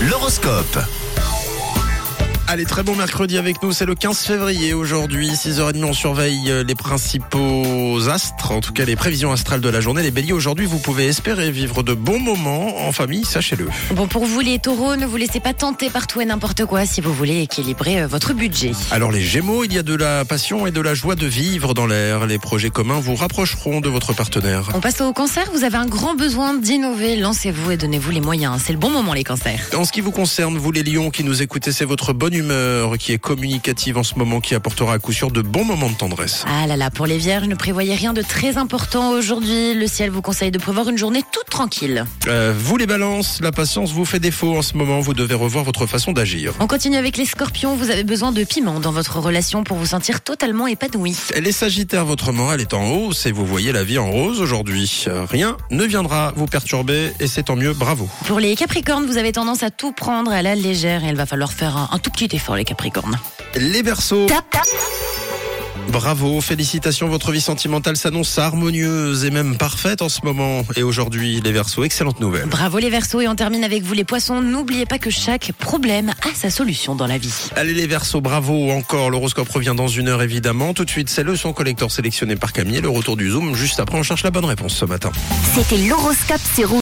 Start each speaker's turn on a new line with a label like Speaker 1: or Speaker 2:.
Speaker 1: l'horoscope.
Speaker 2: Allez, très bon mercredi avec nous. C'est le 15 février aujourd'hui. 6h30, on surveille euh, les principaux astres, en tout cas les prévisions astrales de la journée. Les béliers, aujourd'hui, vous pouvez espérer vivre de bons moments en famille, sachez-le.
Speaker 3: Bon, pour vous les taureaux, ne vous laissez pas tenter par tout et n'importe quoi si vous voulez équilibrer euh, votre budget.
Speaker 2: Alors, les gémeaux, il y a de la passion et de la joie de vivre dans l'air. Les projets communs vous rapprocheront de votre partenaire.
Speaker 3: On passe au cancer, vous avez un grand besoin d'innover, lancez-vous et donnez-vous les moyens. C'est le bon moment les cancers.
Speaker 2: En ce qui vous concerne, vous les lions qui nous écoutez, c'est votre bonne humeur qui est communicative en ce moment qui apportera à coup sûr de bons moments de tendresse.
Speaker 3: Ah là là, pour les vierges, ne prévoyez rien de très important aujourd'hui. Le ciel vous conseille de prévoir une journée toute tranquille.
Speaker 2: Euh, vous les balances, la patience vous fait défaut en ce moment, vous devez revoir votre façon d'agir.
Speaker 3: On continue avec les scorpions, vous avez besoin de piment dans votre relation pour vous sentir totalement épanoui.
Speaker 2: Les Sagittaires, votre morale est en hausse et vous voyez la vie en rose aujourd'hui. Euh, Rien ne viendra vous perturber et c'est tant mieux, bravo.
Speaker 3: Pour les capricornes, vous avez tendance à tout prendre à la légère et il va falloir faire un- un tout petit effort les capricornes.
Speaker 2: Les Verseaux, bravo, félicitations, votre vie sentimentale s'annonce harmonieuse et même parfaite en ce moment. Et aujourd'hui, les Verseaux, excellente nouvelle.
Speaker 3: Bravo les Verseaux et on termine avec vous les Poissons. N'oubliez pas que chaque problème a sa solution dans la vie.
Speaker 2: Allez les Verseaux, bravo encore, l'horoscope revient dans une heure évidemment. Tout de suite, c'est le son collector sélectionné par Camille, le retour du Zoom, juste après on cherche la bonne réponse ce matin.
Speaker 4: C'était l'horoscope sur Rouge.